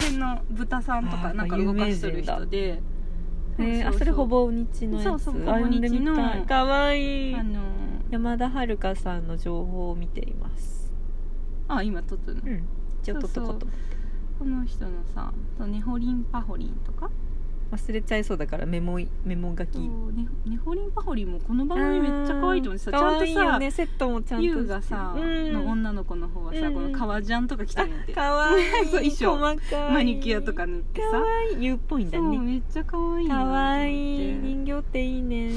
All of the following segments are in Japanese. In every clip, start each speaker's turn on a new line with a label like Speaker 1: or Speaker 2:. Speaker 1: 辺の豚さんと
Speaker 2: あ
Speaker 1: か
Speaker 2: ー
Speaker 1: なんか動かしてる人で
Speaker 2: え
Speaker 1: そう
Speaker 2: ー、
Speaker 1: そう
Speaker 2: あ
Speaker 1: そう
Speaker 2: それほぼ日のやつ
Speaker 1: そうそう
Speaker 2: あ
Speaker 1: ほぼ日の
Speaker 2: 読んでみたいかわいい
Speaker 1: あの
Speaker 2: 山田遥さんの情報を見ています
Speaker 1: あ今撮ってるの、
Speaker 2: うん一応
Speaker 1: そう
Speaker 2: とっ
Speaker 1: そ
Speaker 2: と
Speaker 1: う
Speaker 2: こと
Speaker 1: この人のさ「そうネホリンパホリン」とか
Speaker 2: 忘れちゃいそうだからメモいメモ書
Speaker 1: そ
Speaker 2: き
Speaker 1: うネネホリンパホリンもこの番組めっちゃ可愛いと思ってさち
Speaker 2: あー
Speaker 1: ゃんと
Speaker 2: 可愛いよ
Speaker 1: さ、
Speaker 2: ね、セットもちゃんとして
Speaker 1: 優がさ、
Speaker 2: うん、
Speaker 1: の女の子の方はさ、
Speaker 2: うん
Speaker 1: この革ジャンとか着てるんやて
Speaker 2: かわいい
Speaker 1: そう衣装
Speaker 2: 細かい
Speaker 1: マニキュアとか塗って
Speaker 2: か
Speaker 1: さ
Speaker 2: わいい U っぽいんだ
Speaker 1: そう
Speaker 2: ね
Speaker 1: めっちゃ可愛いな
Speaker 2: か
Speaker 1: と思って
Speaker 2: わいい人形っていいね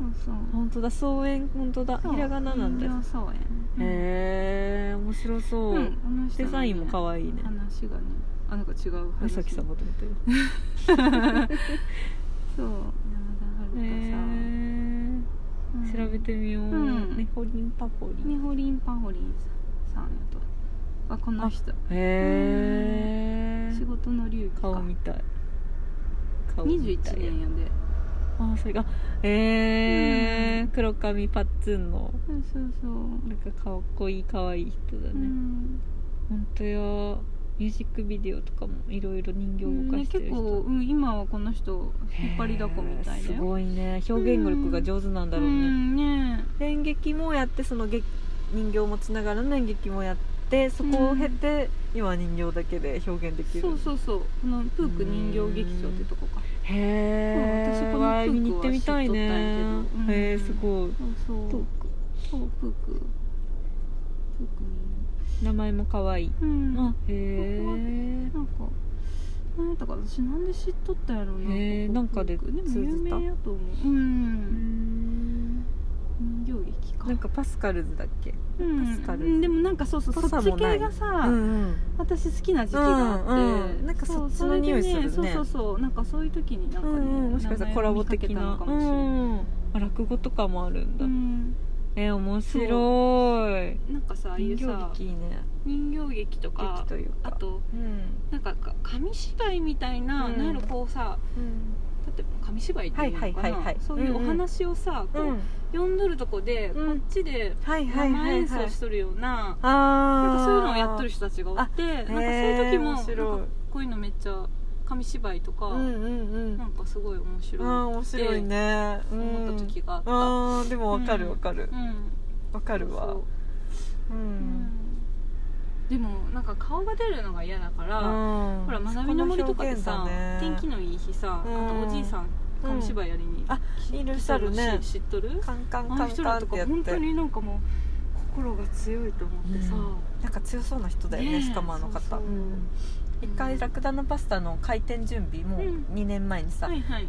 Speaker 1: そうそう
Speaker 2: 本当だ草園本当だ
Speaker 1: そう
Speaker 2: ひらがななんだ
Speaker 1: 人形草園
Speaker 2: へえ面白そう、
Speaker 1: うんこの人のね
Speaker 2: デザインも可愛いね
Speaker 1: 話がねあなんか違う
Speaker 2: 宇
Speaker 1: 話
Speaker 2: 崎様と思ったよ
Speaker 1: そう
Speaker 2: へ
Speaker 1: 山田遥香
Speaker 2: え
Speaker 1: さん、
Speaker 2: 調べてみよう、
Speaker 1: うん
Speaker 2: ねほりんぱほりん
Speaker 1: ネホリンパホリンさんやとあこの人
Speaker 2: へ
Speaker 1: 仕
Speaker 2: え
Speaker 1: 事の流儀
Speaker 2: 顔
Speaker 1: か
Speaker 2: みたい顔み
Speaker 1: 21
Speaker 2: たい
Speaker 1: 年やで
Speaker 2: あそれがえー
Speaker 1: うん
Speaker 2: 黒髪パッツンの
Speaker 1: そうそうそう、
Speaker 2: なんかかっこいい可愛い人だね、
Speaker 1: うん
Speaker 2: ほんとやミュージックビデオとかもいろいろ人形動かしてる
Speaker 1: ね、結
Speaker 2: 人、
Speaker 1: 構、うん、今はこの人引っ張りだこみたい
Speaker 2: へー
Speaker 1: だ
Speaker 2: す
Speaker 1: よ
Speaker 2: ごいね表現力が上手なんだろうね、
Speaker 1: んね
Speaker 2: 演劇もやってその劇人形を持ちながらの演劇もやってそこを経て、今人形だけで表現できる
Speaker 1: そうそうそうこのプーク人形劇場ってとこか
Speaker 2: へ
Speaker 1: うん私こ
Speaker 2: え
Speaker 1: の
Speaker 2: わい見に
Speaker 1: プーク
Speaker 2: 行
Speaker 1: は
Speaker 2: ってみたい
Speaker 1: 知
Speaker 2: ね
Speaker 1: っとったんやけどうん
Speaker 2: へえすごい
Speaker 1: そうそう
Speaker 2: ク
Speaker 1: そうプークプーク
Speaker 2: 名前も可愛い
Speaker 1: 人形うん
Speaker 2: あへえ
Speaker 1: なんか何やったかな私なんで知っとったんやろうな
Speaker 2: へー
Speaker 1: ここ
Speaker 2: なんかで
Speaker 1: プークで
Speaker 2: 通
Speaker 1: も有
Speaker 2: じた
Speaker 1: 名やと思ううん人形劇か
Speaker 2: なんかパスカルズだっけ
Speaker 1: うん
Speaker 2: パスカル
Speaker 1: うんでもなんかそうそう
Speaker 2: パ
Speaker 1: そ
Speaker 2: サ
Speaker 1: っち
Speaker 2: もない
Speaker 1: 系がさ、
Speaker 2: うん
Speaker 1: 私好きな時期があって、
Speaker 2: うんうんなんかそっちの匂いする
Speaker 1: そ
Speaker 2: ね
Speaker 1: うそれでそうそうそうなんかそういう時になん
Speaker 2: う
Speaker 1: かね、
Speaker 2: んうんもしかしたらコラボ的
Speaker 1: 名前を
Speaker 2: な
Speaker 1: 見かけたのかもしれない、
Speaker 2: うんあ落語とかもあるんだ、
Speaker 1: うん
Speaker 2: えー面白い
Speaker 1: なんかさああいう
Speaker 2: 人
Speaker 1: さ
Speaker 2: 形劇いいね
Speaker 1: 人形劇とか
Speaker 2: 劇というか
Speaker 1: あと
Speaker 2: うん
Speaker 1: なんかか紙芝居みたいな、
Speaker 2: うん
Speaker 1: なんやろこうさ例えば紙芝居っていうのかな、
Speaker 2: はいはいはいはい
Speaker 1: そういうお話をさ、
Speaker 2: う
Speaker 1: こ
Speaker 2: ん
Speaker 1: う読んどるとこで、
Speaker 2: うん
Speaker 1: こっちで
Speaker 2: はいはい
Speaker 1: 生
Speaker 2: はい
Speaker 1: 演
Speaker 2: は
Speaker 1: 奏
Speaker 2: い
Speaker 1: しとるような、
Speaker 2: あ
Speaker 1: なんかそういうのをやっとる
Speaker 2: 人
Speaker 1: 人たちがおってなんかそういう時もなんかこういうのめっちゃ紙芝居とか、
Speaker 2: うんうんうん
Speaker 1: なんかすごい面白い
Speaker 2: あー面白いねうん
Speaker 1: 思った時があった、うん
Speaker 2: あーでもわかるわかるわか
Speaker 1: あ
Speaker 2: るわう
Speaker 1: うんんでもなんか顔が出るのが嫌だから、
Speaker 2: ほ
Speaker 1: ほら学びの森とかでさ、天気
Speaker 2: の
Speaker 1: のいい日さ、
Speaker 2: うん
Speaker 1: あのおじいさん紙芝居やりに、
Speaker 2: あいらっしゃるね
Speaker 1: 知っとる
Speaker 2: カンカン
Speaker 1: あ
Speaker 2: カ
Speaker 1: の
Speaker 2: ン
Speaker 1: 人
Speaker 2: カン
Speaker 1: ら
Speaker 2: っ
Speaker 1: と
Speaker 2: て
Speaker 1: か
Speaker 2: やっ
Speaker 1: 本当
Speaker 2: て
Speaker 1: になんかもう心が強いと思ってさ、
Speaker 2: うんなんか強そうな人だよ
Speaker 1: ね
Speaker 2: ね
Speaker 1: え
Speaker 2: しかもあの
Speaker 1: そ
Speaker 2: 方
Speaker 1: うそう
Speaker 2: うん一回ラクダのパスタの開店準備もう
Speaker 1: うん
Speaker 2: 2年前にさ
Speaker 1: はいはい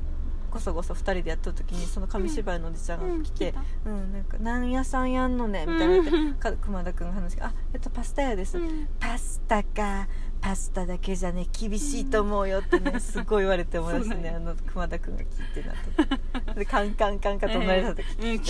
Speaker 2: こそこそ2人でやっとる時にその紙芝居のおじちゃんが来て「うんなんか何屋さんやんのね」みたいな言って
Speaker 1: うん
Speaker 2: か熊田君が話して「あえっとパスタ屋です」
Speaker 1: うん
Speaker 2: パスタかパスタだけじゃね厳しいと思うよってね、すごい言われて思いました
Speaker 1: そう
Speaker 2: ね
Speaker 1: なん
Speaker 2: あの熊田君が聞いてなってでカンカンカンカンと生まれた時、
Speaker 1: うん聞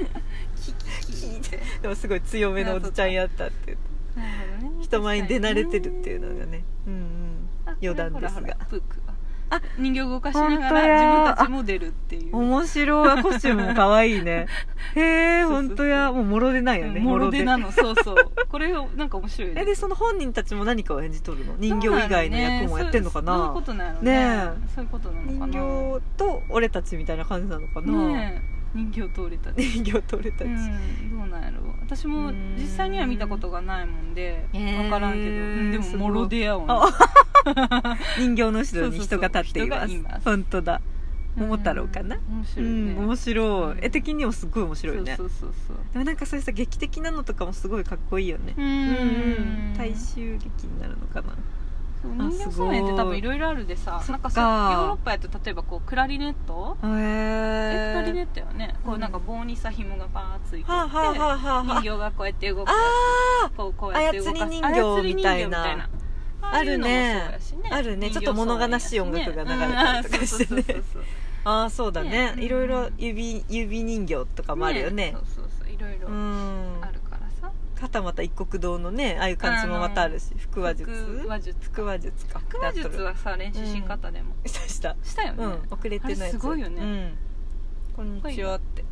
Speaker 1: いて
Speaker 2: でもすごい強めのおじちゃんやったって言って
Speaker 1: なるほどね
Speaker 2: 人前に出慣れてるっていうのがねうんうん余談です
Speaker 1: あ
Speaker 2: が
Speaker 1: これほらほらプークは
Speaker 2: あ
Speaker 1: 人形動かしなが
Speaker 2: 本当や
Speaker 1: ら自分たちも出るっていう
Speaker 2: 面白いコスチュームも可愛 いねへえ
Speaker 1: そうそうそう
Speaker 2: 本当やもうもろでないよね
Speaker 1: もろ手
Speaker 2: で
Speaker 1: なのそうそうこれをなんか面白いね
Speaker 2: えでその本人たちも何かを演じとるの人形以外の役もやってんのか
Speaker 1: そういう
Speaker 2: な
Speaker 1: ことなのね
Speaker 2: ね
Speaker 1: そういうことなのかな
Speaker 2: 人形と俺たちみたいな感じなのかな、
Speaker 1: ねえ人形通れたち
Speaker 2: 人形と俺た
Speaker 1: う
Speaker 2: ち、
Speaker 1: んどうなんやろう私も実際には見たことがないもんで
Speaker 2: へえ
Speaker 1: 分からんけどうんですも
Speaker 2: ごい
Speaker 1: もろ手やわね
Speaker 2: あ人形の後ろに人が立っていま
Speaker 1: そうそうそう
Speaker 2: す
Speaker 1: 人がいます
Speaker 2: 本当だ桃太郎かな
Speaker 1: うん面
Speaker 2: う
Speaker 1: 白いね
Speaker 2: ん面白い
Speaker 1: うん
Speaker 2: 絵的にもすごい面白いね
Speaker 1: そうそうそうそう
Speaker 2: でもなんかそういうさ劇的なのとかもすごいかっこいいよね
Speaker 1: う
Speaker 2: うんん大衆劇になるのかな
Speaker 1: そう
Speaker 2: あ
Speaker 1: 人形公園って多分いろいろあるでさ
Speaker 2: すご
Speaker 1: な
Speaker 2: い
Speaker 1: んか
Speaker 2: そっか
Speaker 1: さヨーロッパやと例えばこうクラリネットえクラリネ
Speaker 2: へ
Speaker 1: ットよねこうなんか棒にさ紐がパーッついてて
Speaker 2: はあはあはあはあ
Speaker 1: 人形がこうやって動く
Speaker 2: あ
Speaker 1: こうこうやって動かす
Speaker 2: 操り人形みた
Speaker 1: 操り人形
Speaker 2: いな
Speaker 1: みたいなあ
Speaker 2: ある
Speaker 1: あい
Speaker 2: ね
Speaker 1: うのもそうやし
Speaker 2: あるね
Speaker 1: 人形
Speaker 2: ちょっと物悲しい音楽が流れたりとかしてね
Speaker 1: うんそうそうそうそう
Speaker 2: ーあーそうだ
Speaker 1: ね
Speaker 2: ねいろいろ指指人形とかもあるよね
Speaker 1: そうそうそういろいろ
Speaker 2: うん
Speaker 1: あるからさ
Speaker 2: はたまた一国堂のねああいう感じもまたあるし腹話術
Speaker 1: 腹話術
Speaker 2: 腹
Speaker 1: か
Speaker 2: 話術か
Speaker 1: 腹話術はさ練習しんかったでも
Speaker 2: したした
Speaker 1: したよ
Speaker 2: う
Speaker 1: ね
Speaker 2: ん遅れてない
Speaker 1: あれすごいよね
Speaker 2: うん、こんにちはって、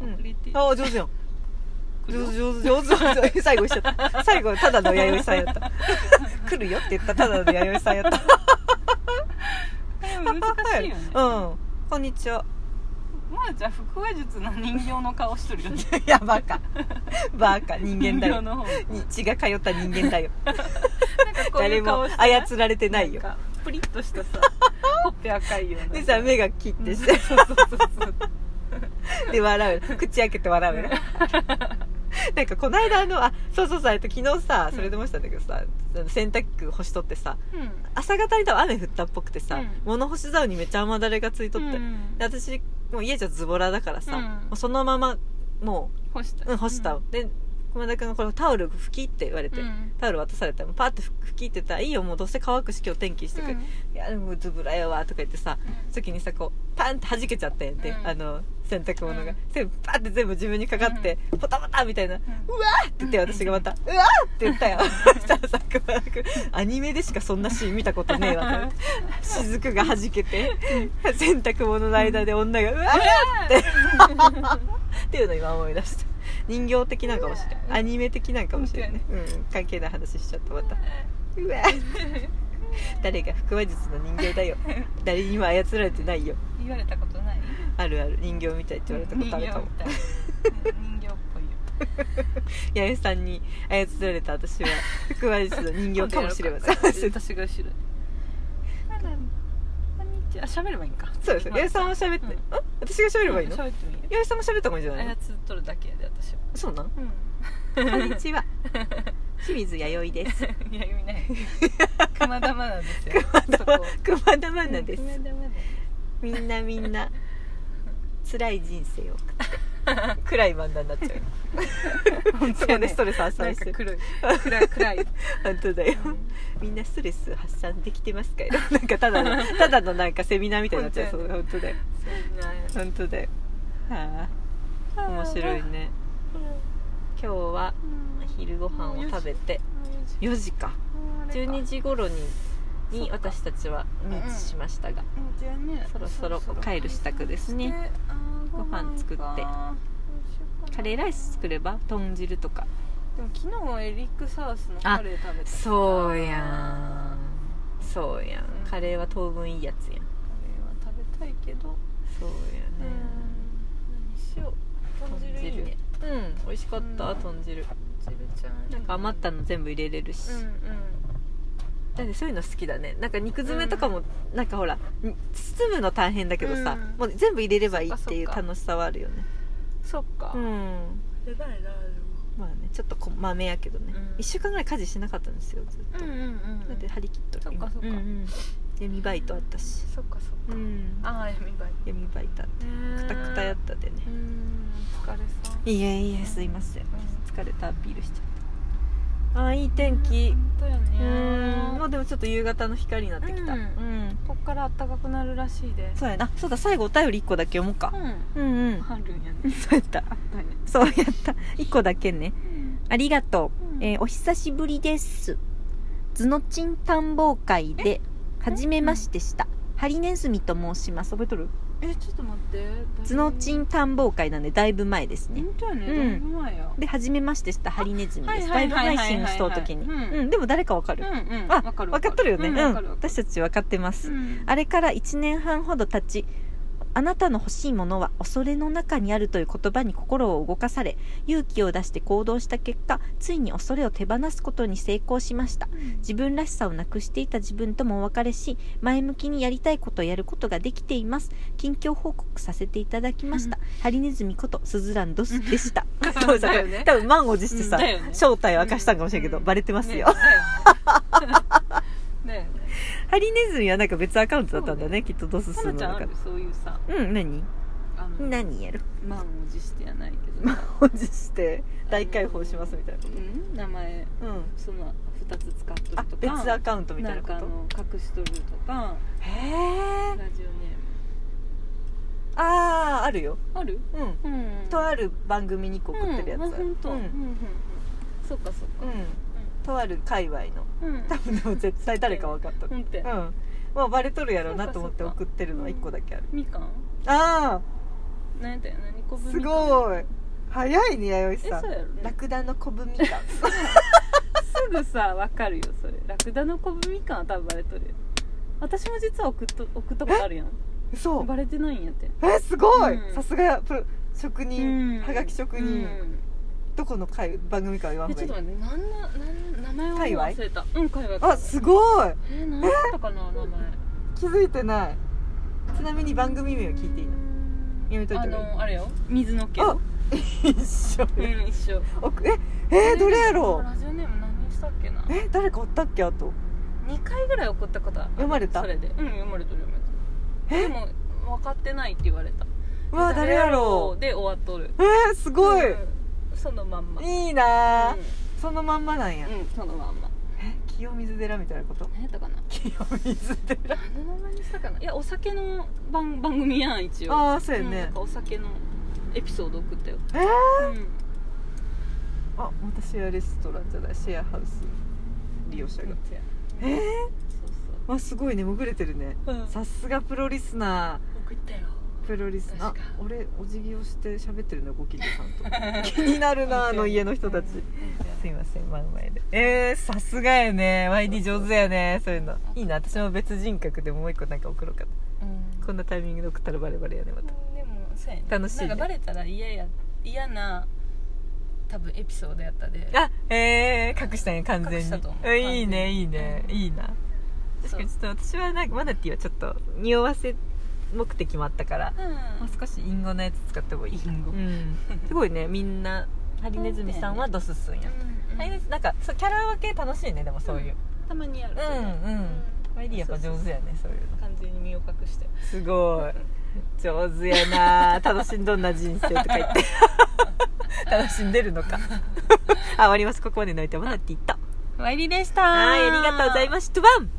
Speaker 2: うん
Speaker 1: 遅れて
Speaker 2: ああ上手やん
Speaker 1: 来るよ
Speaker 2: 上手上手上手上手最後しちゃった最後ただの弥生さんやった 来るよって言ったただの弥生さんやった
Speaker 1: でも難しいよ ね
Speaker 2: うんこんにちは
Speaker 1: まあじゃあ腹話術の人形の顔しとるよね
Speaker 2: いやバカバカ人間
Speaker 1: 人
Speaker 2: だ
Speaker 1: 形
Speaker 2: よ
Speaker 1: の方が
Speaker 2: に血が通った人間だよ
Speaker 1: なんかこうい
Speaker 2: 誰
Speaker 1: う顔
Speaker 2: も
Speaker 1: してない
Speaker 2: 操られてないよ
Speaker 1: んかプリッとした さほっぺ赤いような
Speaker 2: でさ目
Speaker 1: が
Speaker 2: がキッて
Speaker 1: で
Speaker 2: して
Speaker 1: そうそうそうそう
Speaker 2: で笑う口開けて笑 うよなんかこの間あのあそうそうそうえっと昨日さそれでもしたんだけどさ、あの洗濯機干しとってさ
Speaker 1: うん
Speaker 2: 朝方に多分雨降ったっぽくてさ、
Speaker 1: うん
Speaker 2: 物干し竿にめっちゃ雨だれがついとって、
Speaker 1: うんうん
Speaker 2: で私もう家じゃズボラだからさ、
Speaker 1: うん
Speaker 2: もうそのままも
Speaker 1: 干し
Speaker 2: う、
Speaker 1: た
Speaker 2: うん、干した、
Speaker 1: うん
Speaker 2: で熊田君がこれタオル拭きって言われて、
Speaker 1: うん
Speaker 2: タオル渡されたらパーって拭きって言ったら「いいよもうどうせ乾くし今日天気してくれ、
Speaker 1: うん
Speaker 2: いやでもズボラやわ」とか言ってさ時にさこうパンって弾けちゃったんやって、
Speaker 1: うん
Speaker 2: あの洗濯物が、
Speaker 1: うん
Speaker 2: 全部パンって全部自分にかかって、ポタポタみたい な「うわ!」って言って私がまた「うわ!」って言ったよそした らさこうなんかアニメでしかそんなシーン見たことねえわ」と思って雫が弾けて洗濯物の間で女が「うわ!」っていうのを今思い出した人形的なんかもしれ
Speaker 1: うん
Speaker 2: ないアニメ的なんかもしれない、うん、関係ない話しちゃったまた「うわ!」誰が腹話術の人形だよ誰にも操られてないよ
Speaker 1: 言われたことない
Speaker 2: あるある人形みたいって言われたことあるかも
Speaker 1: 人形みたいうん人形っぽいよ
Speaker 2: 八重さんに操られた私 は腹話術の人形かもしれません そう
Speaker 1: 私が後ろなんだこんにちはあ喋ればいいんか
Speaker 2: そうです八重さんは喋って、
Speaker 1: うん
Speaker 2: あ私が喋ればいい
Speaker 1: う
Speaker 2: の
Speaker 1: ん
Speaker 2: 八
Speaker 1: 喋ってもいいよ
Speaker 2: 重さんも喋った方がいいんじゃない
Speaker 1: 操
Speaker 2: の
Speaker 1: っとるだけやで私は
Speaker 2: そうなん
Speaker 1: う
Speaker 2: こ んにちは清水弥生です
Speaker 1: んいや言いない熊田マナですよそこ
Speaker 2: 熊田マナです、
Speaker 1: 熊田マナ
Speaker 2: みんなみんな辛い人生を 送って暗い漫談になっちゃうそこでストレス発
Speaker 1: な
Speaker 2: 散
Speaker 1: ん
Speaker 2: し
Speaker 1: か
Speaker 2: てる
Speaker 1: 黒い暗い暗い、
Speaker 2: 本当だよみんなストレス発散できてますかい なんかただのただのなんかセミナーみたいになっちゃうそう本当だよ本当だよはあ 面白いね今日は昼ご飯を食べて4時か12時頃にに私たちはミーチしましたが、そろそろ帰る支度ですねご飯作ってカレーライス作れば豚汁とか
Speaker 1: でも昨日はエリックサウスのカレー食べた
Speaker 2: そうやんそうやんカレーは当分いいやつ
Speaker 1: カ
Speaker 2: やん
Speaker 1: レーは食べたいけど
Speaker 2: そう
Speaker 1: うん
Speaker 2: やね、
Speaker 1: 何しよう豚汁いいね
Speaker 2: うん美味しかった、
Speaker 1: うん
Speaker 2: 豚汁
Speaker 1: 豚汁ちゃん
Speaker 2: なんか余った
Speaker 1: の
Speaker 2: の全部入れれるし、
Speaker 1: うんうん
Speaker 2: だってそういうの好きだねなんか肉詰めとかも、なんかほらに包むの大変だけどさ、
Speaker 1: うん
Speaker 2: もう全部入れればいいっていう
Speaker 1: そっかそっか
Speaker 2: 楽しさはあるよね
Speaker 1: そっか
Speaker 2: うん
Speaker 1: 出ないな
Speaker 2: まあねちょっとこ豆やけどね、
Speaker 1: うん
Speaker 2: 1週間ぐらい家事しなかったんですよずっと、
Speaker 1: うんうんうん
Speaker 2: だって張り切っとる
Speaker 1: そっか
Speaker 2: 今
Speaker 1: そっか
Speaker 2: うんうん闇バイトあったし
Speaker 1: そっかそっ
Speaker 2: う
Speaker 1: か
Speaker 2: ん
Speaker 1: ああ闇バイ
Speaker 2: 闇バイトあって
Speaker 1: ト
Speaker 2: くたくたやったでね
Speaker 1: うんお疲れさん
Speaker 2: いえいえすいません疲れたアピールしちゃったあーいい天気
Speaker 1: 本当よ
Speaker 2: うーん
Speaker 1: ね
Speaker 2: もうでもちょっと夕方の光になってきた
Speaker 1: うん
Speaker 2: ん
Speaker 1: こっから暖かくなるらしいです
Speaker 2: そうやなそうだ最後お便り1個だけ読もうか
Speaker 1: うん
Speaker 2: うんうん
Speaker 1: あるんやね
Speaker 2: そうやった
Speaker 1: あったね
Speaker 2: そうやった1個だけね
Speaker 1: うん
Speaker 2: ありがとう、
Speaker 1: うん
Speaker 2: えーお久しぶりですズノチン探訪会で初めましてしたハリネズミと申します覚えとる
Speaker 1: えちょっと待って
Speaker 2: ズノチン探訪会なんでだいぶ前ですね
Speaker 1: 本当やねだ
Speaker 2: うん
Speaker 1: いぶ前や
Speaker 2: で初めましてしたハリネズミです
Speaker 1: あ
Speaker 2: ラ
Speaker 1: は
Speaker 2: イ
Speaker 1: い
Speaker 2: ブ
Speaker 1: はいはい
Speaker 2: 配
Speaker 1: はいはい
Speaker 2: 信しとう時に
Speaker 1: うん
Speaker 2: うんでも誰かわかる
Speaker 1: うんうん
Speaker 2: あ
Speaker 1: わかる
Speaker 2: 分かっとるよね、
Speaker 1: う
Speaker 2: うんん
Speaker 1: わかるわかる
Speaker 2: 私たち分かってます、
Speaker 1: うん
Speaker 2: あれから1年半ほど経ちあなたの欲しいものは恐れの中にあるという言葉に心を動かされ勇気を出して行動した結果ついに恐れを手放すことに成功しました
Speaker 1: うん
Speaker 2: 自分らしさをなくしていた自分ともお別れし前向きにやりたいことをやることができています近況報告させていただきました、ハリネズミことスズランドスでした 多分さ
Speaker 1: だよね
Speaker 2: 多分満を持してさ、
Speaker 1: うんだよね
Speaker 2: 正体を明かしたんかもしれんけど、
Speaker 1: うん
Speaker 2: バレてますよ、
Speaker 1: ね だよねだよね
Speaker 2: ハリネズミはなんか別アカウントだったんだねきっとドス
Speaker 1: か
Speaker 2: スの
Speaker 1: なちゃんあ
Speaker 2: 中
Speaker 1: るそういうさ
Speaker 2: うん何
Speaker 1: あの
Speaker 2: 何やる
Speaker 1: 満を持してやないけどさ
Speaker 2: 放置して大解放しますみたいなこ
Speaker 1: うん名前
Speaker 2: とうん
Speaker 1: その2つ使っと
Speaker 2: あ
Speaker 1: るとか
Speaker 2: 別アカウントみた
Speaker 1: な
Speaker 2: いなんこ
Speaker 1: かあ
Speaker 2: と
Speaker 1: の隠しとるとか
Speaker 2: へえ
Speaker 1: ラジオネ
Speaker 2: あああるよ
Speaker 1: ームある
Speaker 2: うん
Speaker 1: うん
Speaker 2: とある番組にこう送ってるやつ
Speaker 1: うんあ
Speaker 2: ある
Speaker 1: 本当
Speaker 2: うん
Speaker 1: うんうんうんそっかそっ
Speaker 2: う
Speaker 1: か
Speaker 2: んとある界隈の
Speaker 1: うん
Speaker 2: 多分でも絶対誰か分かっとる
Speaker 1: 本
Speaker 2: う
Speaker 1: 店
Speaker 2: んまあバレとるやろうなと思って送ってるのは1個だけある
Speaker 1: みかん
Speaker 2: あ
Speaker 1: 何やったよ何個
Speaker 2: あ
Speaker 1: 分
Speaker 2: す
Speaker 1: みかん
Speaker 2: ごい早いね弥生
Speaker 1: え
Speaker 2: さ
Speaker 1: そうやろ
Speaker 2: ん
Speaker 1: ね
Speaker 2: ラクダのコブ みかん
Speaker 1: すぐさわかるよそれラクダのコブみかんは多分バレとるよ私も実は送っと送ったことあるやん
Speaker 2: そう
Speaker 1: バレてないんやって
Speaker 2: えすごい、
Speaker 1: うん
Speaker 2: さすがプロ職
Speaker 1: う
Speaker 2: 人、
Speaker 1: ん
Speaker 2: はがき職人、
Speaker 1: うん
Speaker 2: どこの回番組かは言わん
Speaker 1: え
Speaker 2: ば
Speaker 1: ち
Speaker 2: い
Speaker 1: ょっと
Speaker 2: い
Speaker 1: 待って何の何名前
Speaker 2: 界
Speaker 1: を
Speaker 2: 隈
Speaker 1: 忘れたうん界隈
Speaker 2: あすごい
Speaker 1: え何だったかな名前
Speaker 2: 気づいてないちなみに番組名を聞いていいのやめとい
Speaker 1: あ
Speaker 2: て
Speaker 1: のあれよ水の毛
Speaker 2: あ一緒
Speaker 1: うん一緒
Speaker 2: 奥ええー、どれやろう
Speaker 1: ラジオネーム何にしたっけな
Speaker 2: え誰かおったっけあと
Speaker 1: 2回ぐらい送った方
Speaker 2: 読まれた
Speaker 1: それでうん読まれてる読まれてるで
Speaker 2: え
Speaker 1: も分かってないって言われた
Speaker 2: うわ誰やろ
Speaker 1: うで終わっとる
Speaker 2: うえー、すごい、
Speaker 1: うんそのまんま
Speaker 2: いいなあ、
Speaker 1: う
Speaker 2: そのまんまなんや、
Speaker 1: んうんそのまんま
Speaker 2: え清水寺みたいなこと
Speaker 1: 何やったかな
Speaker 2: 清水寺
Speaker 1: 何の名前にしたかないやお酒の番番組やん一応
Speaker 2: ああそうや
Speaker 1: んなん
Speaker 2: ね、
Speaker 1: かお酒のエピソード送ったよ
Speaker 2: え
Speaker 1: う
Speaker 2: ー、
Speaker 1: ん
Speaker 2: あまたシェアレストランじゃないシェアハウス利用者が、えー、
Speaker 1: そう
Speaker 2: あすごいね潜れてるね
Speaker 1: そう、
Speaker 2: さすがプロリスナ
Speaker 1: 送ったよ
Speaker 2: ープロリスナーあ
Speaker 1: 確か
Speaker 2: 俺お辞儀をして喋ってるのご近所さん と気になるなあの家の人たちすいません真ん前でえー、さすがやね YD 上手やねそういうのいいな私も別人格でもう一個なんか送ろうか
Speaker 1: うん
Speaker 2: なこんなタイミングで送ったらバレバレやねまた
Speaker 1: でもそうやね
Speaker 2: 楽しいね
Speaker 1: なんかバレたら嫌や嫌な多分エピソードやったで
Speaker 2: あえー、隠したんや完全
Speaker 1: 隠
Speaker 2: に
Speaker 1: したと思う
Speaker 2: えいいねいいね
Speaker 1: うん
Speaker 2: いいな確かにちょっと私はなんかマナティーはちょっと匂わせ目的もあったから
Speaker 1: うん
Speaker 2: もう少し隠語のやつ使ってもいいな
Speaker 1: インゴ
Speaker 2: うん、すごいねみんなハリネズミさんはドススンや、ハリネズなんかそうキャラ分け楽しいねでもそういう
Speaker 1: たまにやる
Speaker 2: うんうんマイディやっぱ上手やねそういうの
Speaker 1: 完全に身を隠して
Speaker 2: すごい上手やな楽しんどんな人生とか言って 楽しんでるの かあ終わりますここまでのおいてもらっていった
Speaker 1: ワイリでした
Speaker 2: はいありがとうございましたワン